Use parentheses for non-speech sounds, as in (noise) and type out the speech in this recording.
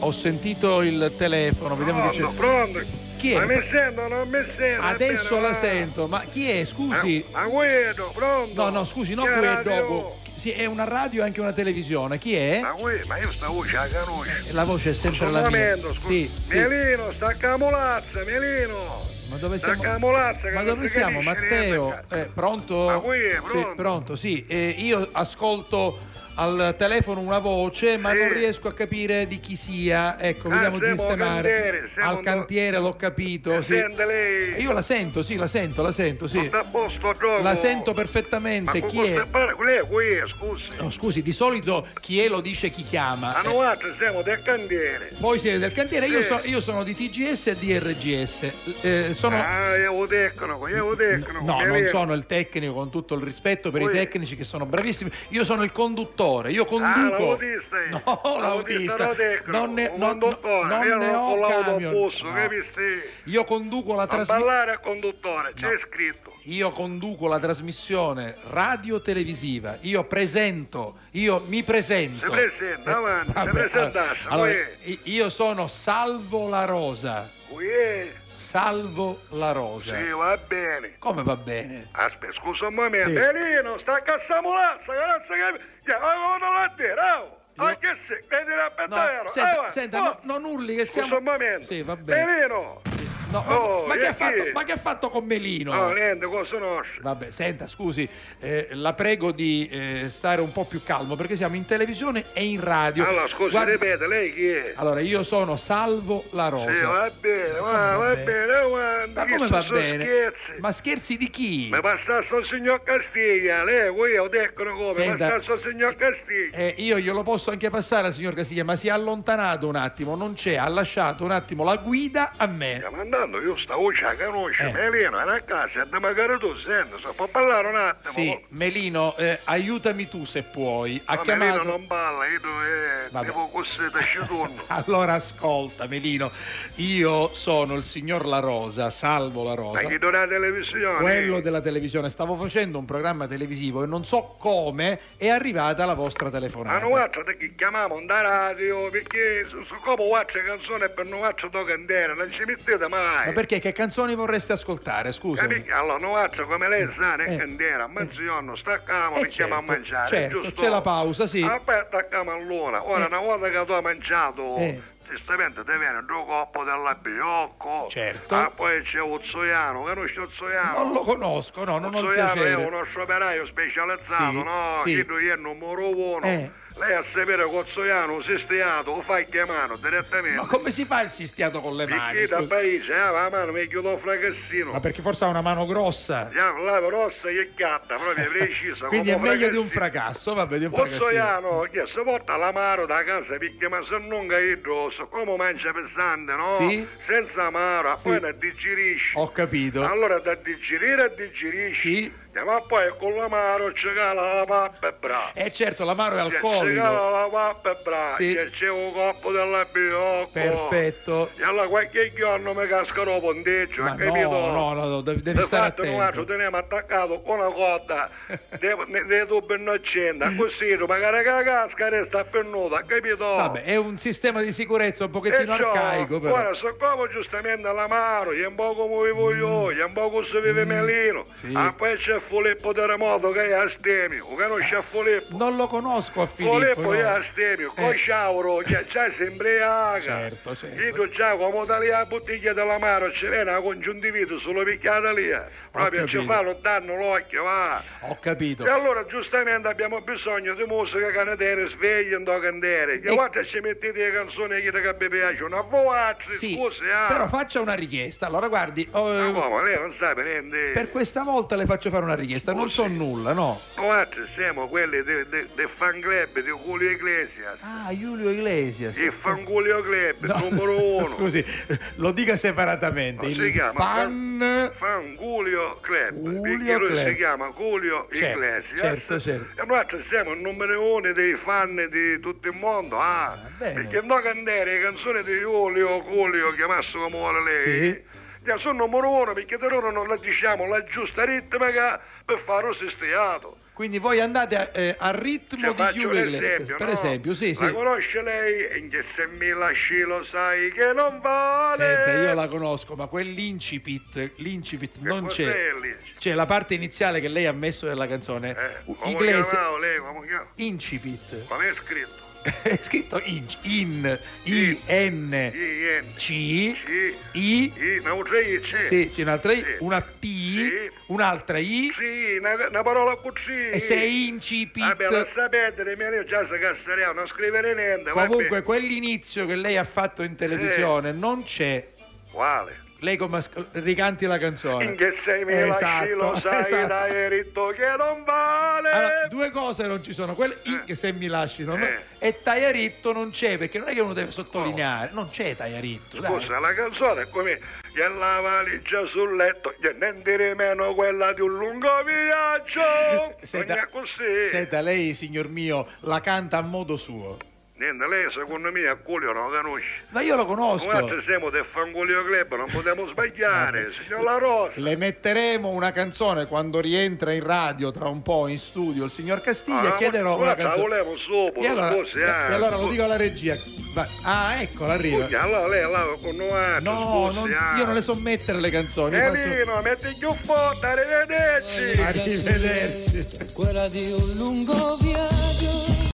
Ho sentito il telefono, vediamo chi c'è. Pronto, pronto. Chi Ma mi è? sento, non mi sento. Adesso Appena- la sento, ma chi è? Scusi. Ah, ah, Guido, pronto. No, no, scusi, no, Chi qui è radio? Dogo. Sì, è una radio e anche una televisione. Chi è? Ah, Guido, ma io sta voce la conosco. La voce è sempre Eh? la mia. momento, scusa. Sì, sì. Mielino, sta a camolazza, Mielino. Ma dove Sta a siamo? camolazza. che Ma non dove si siamo, capisce Matteo? niente. Eh, pronto? Ma qui è Sì, pronto. pronto, sì. Eh, io ascolto al telefono una voce, ma Sì. non riesco a capire di chi sia. Ecco, Ah, vediamo di siamo al cantiere, cantiere, siamo al no- cantiere, l'ho capito. Mi Sì. sente lei? Io la sento, sì, la sento, la sento, sì. Non sta a posto, Dogo. La sento Ma perfettamente. con Chi è? questa par- Lei è qui, scusi. No, scusi, di solito chi è lo dice chi A chiama. Eh, noi altri siamo del cantiere. Voi siete del cantiere, io, Sì. so- io sono di TGS e di RGS. Eh, sono... Ah, io tecnico, io tecnico. No, non Mielino. sono il tecnico, con tutto il rispetto per i Sì. tecnici che sono bravissimi. Io sono il conduttore, io Ah, conduco. l'autista è. no, l'autista. Non ne, non, conduttore, non io ne non- ho con camion. l'autobus, No. capiste? Io conduco la A trasmissione. ballare a conduttore, c'è No. scritto. Io conduco la trasmissione radio-televisiva, io presento, io mi presento. Eh, Si presenta, avanti, si presentasse, Allora, uè. i- io sono Salvo La Rosa, Uè, Salvo La Rosa. sì, va bene. Come va bene? Aspetta, scusa un momento. Sì. Belino, sta a cassamolazza, che non si capisce. Già, avevo la terra, oh. Io- Anche se, vedi la No, pettera. senta, avanti, senta, oh. no- non urli che Scusa siamo... un momento. Sì, va bene. Belino. Sì, no, Oh, ma, che e ha fatto, chi? ma che ha fatto con Melino? No, niente, cosa conosce? Vabbè, senta, scusi, eh, la prego di eh, stare un po' più calmo perché siamo in televisione e in radio. Allora, scusi, Guardi- ripete, lei chi è? Allora, io sono Salvo La Rosa. Sì, va bene, va, va bene, eh, guarda, Ah, Ma che come sono va bene? scherzi. Ma scherzi di chi? Mi passa sto signor Castiglia, lei, qui ho detto come, mi Senta- passa sto signor Castiglia. Eh, io glielo posso anche passare al signor Castiglia, ma si è allontanato un attimo, non c'è, ha lasciato un attimo la guida a me. Stiamo andando, io sta voce la conosco, Eh. Melino, era a casa, andiamo magari tu, senti, so, può parlare un attimo? oh. Sì, Melino, eh, aiutami tu se puoi. Ha Ma chiamato... Melino non balla, io eh, Vabbè. devo così da (laughs) sceturno. Allora ascolta, Melino, io sono il signor La Rosa, salvo La Ma Rosa. chi dona la televisione? Quello della televisione, stavo facendo un programma televisivo e non so come è arrivata la vostra Ma non telefonata. faccio da chi chiamiamo da radio, perché su, su come faccio canzone per non faccio da candela, non ci mettete mai. Ma perché che canzoni vorreste ascoltare? Scusa. Capi- Eh, Allora, non faccio come lei sa, né Eh. candela, a mezzogiorno staccavamo Eh, e stiamo a certo, mangiare, certo, giusto? c'è la pausa, sì. Ah, poi attaccamo all'una. Ora, Eh. una volta che tu hai mangiato, Eh. giustamente ti viene due coppe della Biocco. Certo. Ah, poi c'è Uzzoiano, che non c'è Uzzoiano. Non lo conosco, no, non ho il Uzzoiano è piacere. uno operaio specializzato, Sì, no? sì. Chi tu è il numero uno. Eh. Lei a sapere che Uzzoiano si è stiato, lo fai chiamare direttamente. Ma come si fa il sistiato con le mani? Perché da scusa? Parigi, eh, la mano mi chiudo un fracassino. Ma perché forse ha una mano grossa? Andiamo là, rossa che catta, proprio (laughs) precisa. Quindi è come meglio di un fracassino. fracasso, vabbè, di un fracasso. Pozzoiano, che si porta l'amaro da casa perché ma se non caito, come mangia pesante, no? Sì. Senza amaro, Sì. poi ne digerisci. Ho capito. Allora da digerire digerisci. Sì. E ma poi con l'amaro ci cala la pappa e bra. E certo, l'amaro è Che Ci alcolico. cala la pappa e bra. Sì. Che c'è un coppo della biocco. Perfetto. E allora qualche giorno mi cascano ponteggio, Ma hai no, capito? no, no, no, devi devi Di stare fatto noi altro attento. teniamo attaccato con (laughs) una cotta dei tubi in accenda, così tu magari che la casca resta appennuta, capito? Vabbè, è un sistema di sicurezza un E pochettino ciò, arcaico, però. Ora, so come giustamente l'amaro, è un po' come vivo io, è un po' come si vive Melino. Mm. sì. Ah, poi c'è Filippo Terremoto che è astemio, che non c'è Filippo. Non lo conosco a Filippo. Filippo è no. astemio, Eh. con Sciauro, che c'è sempre iaga. Certo, certo. Io già come da lì a bottiglia dell'amaro ci viene una congiuntivite sulla picchiata lì. eh." Proprio ci capito. fa lo danno l'occhio, va. Ho capito. E allora giustamente abbiamo bisogno di musica canadere sveglia in candere. Che E- guarda ci mettete le canzoni che che vi piacciono, a voi altri, Sì, scusi, ah. però faccia una richiesta. Allora, guardi, oh, Ma eh, come, lei non sa per niente. per questa volta le faccio fare una richiesta. Oh, Non so nulla, no? Noi altri siamo quelli del de, del fan club di Julio Iglesias. Ah, Giulio Iglesias. Il fangulio club, No, numero (laughs) uno. Scusi, lo dica separatamente. No, si Il chiama fan... Fangulio Club, Julio perché lui Clep. si chiama Julio Certo, Iglesias. certo, certo. E noi siamo il numero uno dei fan di tutto il mondo, ah. bene. perché noi cantare le canzoni di Julio, Julio, chiamasse come vuole lei. Sì. già Sono numero uno perché da loro non la diciamo la giusta ritmica per fare un stiato. Quindi voi andate a- eh, al ritmo Cioè, di faccio Julio un Iglesias, esempio, per no? esempio, sì, sì. La conosce lei? E che se mi lasci lo sai che non vale. Senta, io la conosco, ma quell'incipit, l'incipit Che non c'è. cos'è lì? C'è la parte iniziale che lei ha messo nella canzone. Eh, U- come Iglesias- chiamavo lei? Come chiamavo? incipit. (laughs) Come è scritto? È scritto inc- in, i, n, I, N, c, C, i, I, no, tre I, C. sì, c'è un'altra i, Sì. una p, Sì. un'altra i, Sì, una, una parola così. e se è incipit... Vabbè, lascia perdere, mia già si casteriamo, non scrivere niente. vabbè. Comunque, quell'inizio che lei ha fatto in televisione non c'è. Quale? Lei come asco- ricanti la canzone. In che sei mi lasci lo sai, esatto. dai eh. ritto che non vale. Allora, due cose non ci sono, quelle in che se mi lasci no? Eh. e Taiaritto non c'è perché non è che uno deve sottolineare, non c'è Taiaritto. dai. Oh. Scusa, la canzone è come che la valigia sul letto, che niente di meno quella di un lungo viaggio. Sogna così. senta, lei, signor mio, la canta a modo suo. Niente, lei secondo me a Culio non lo conosce. Ma io lo conosco. Noi altri siamo del Fangolio Club, non (laughs) possiamo sbagliare, signor La Rosa. Le metteremo una canzone quando rientra in radio tra un po' in studio il signor Castiglia e chiederò una Ah, La canzone. volevo sopra, E allora, così, e ah, allora lo scusi. dico alla regia. Va- Ah, ecco, l'arrivo. Pugna, allora lei lava con noi. No, non- io non le so mettere le eh, canzoni. io faccio- Elino, metti giù foto, arrivederci. Arrivederci. Quella di un lungo viaggio.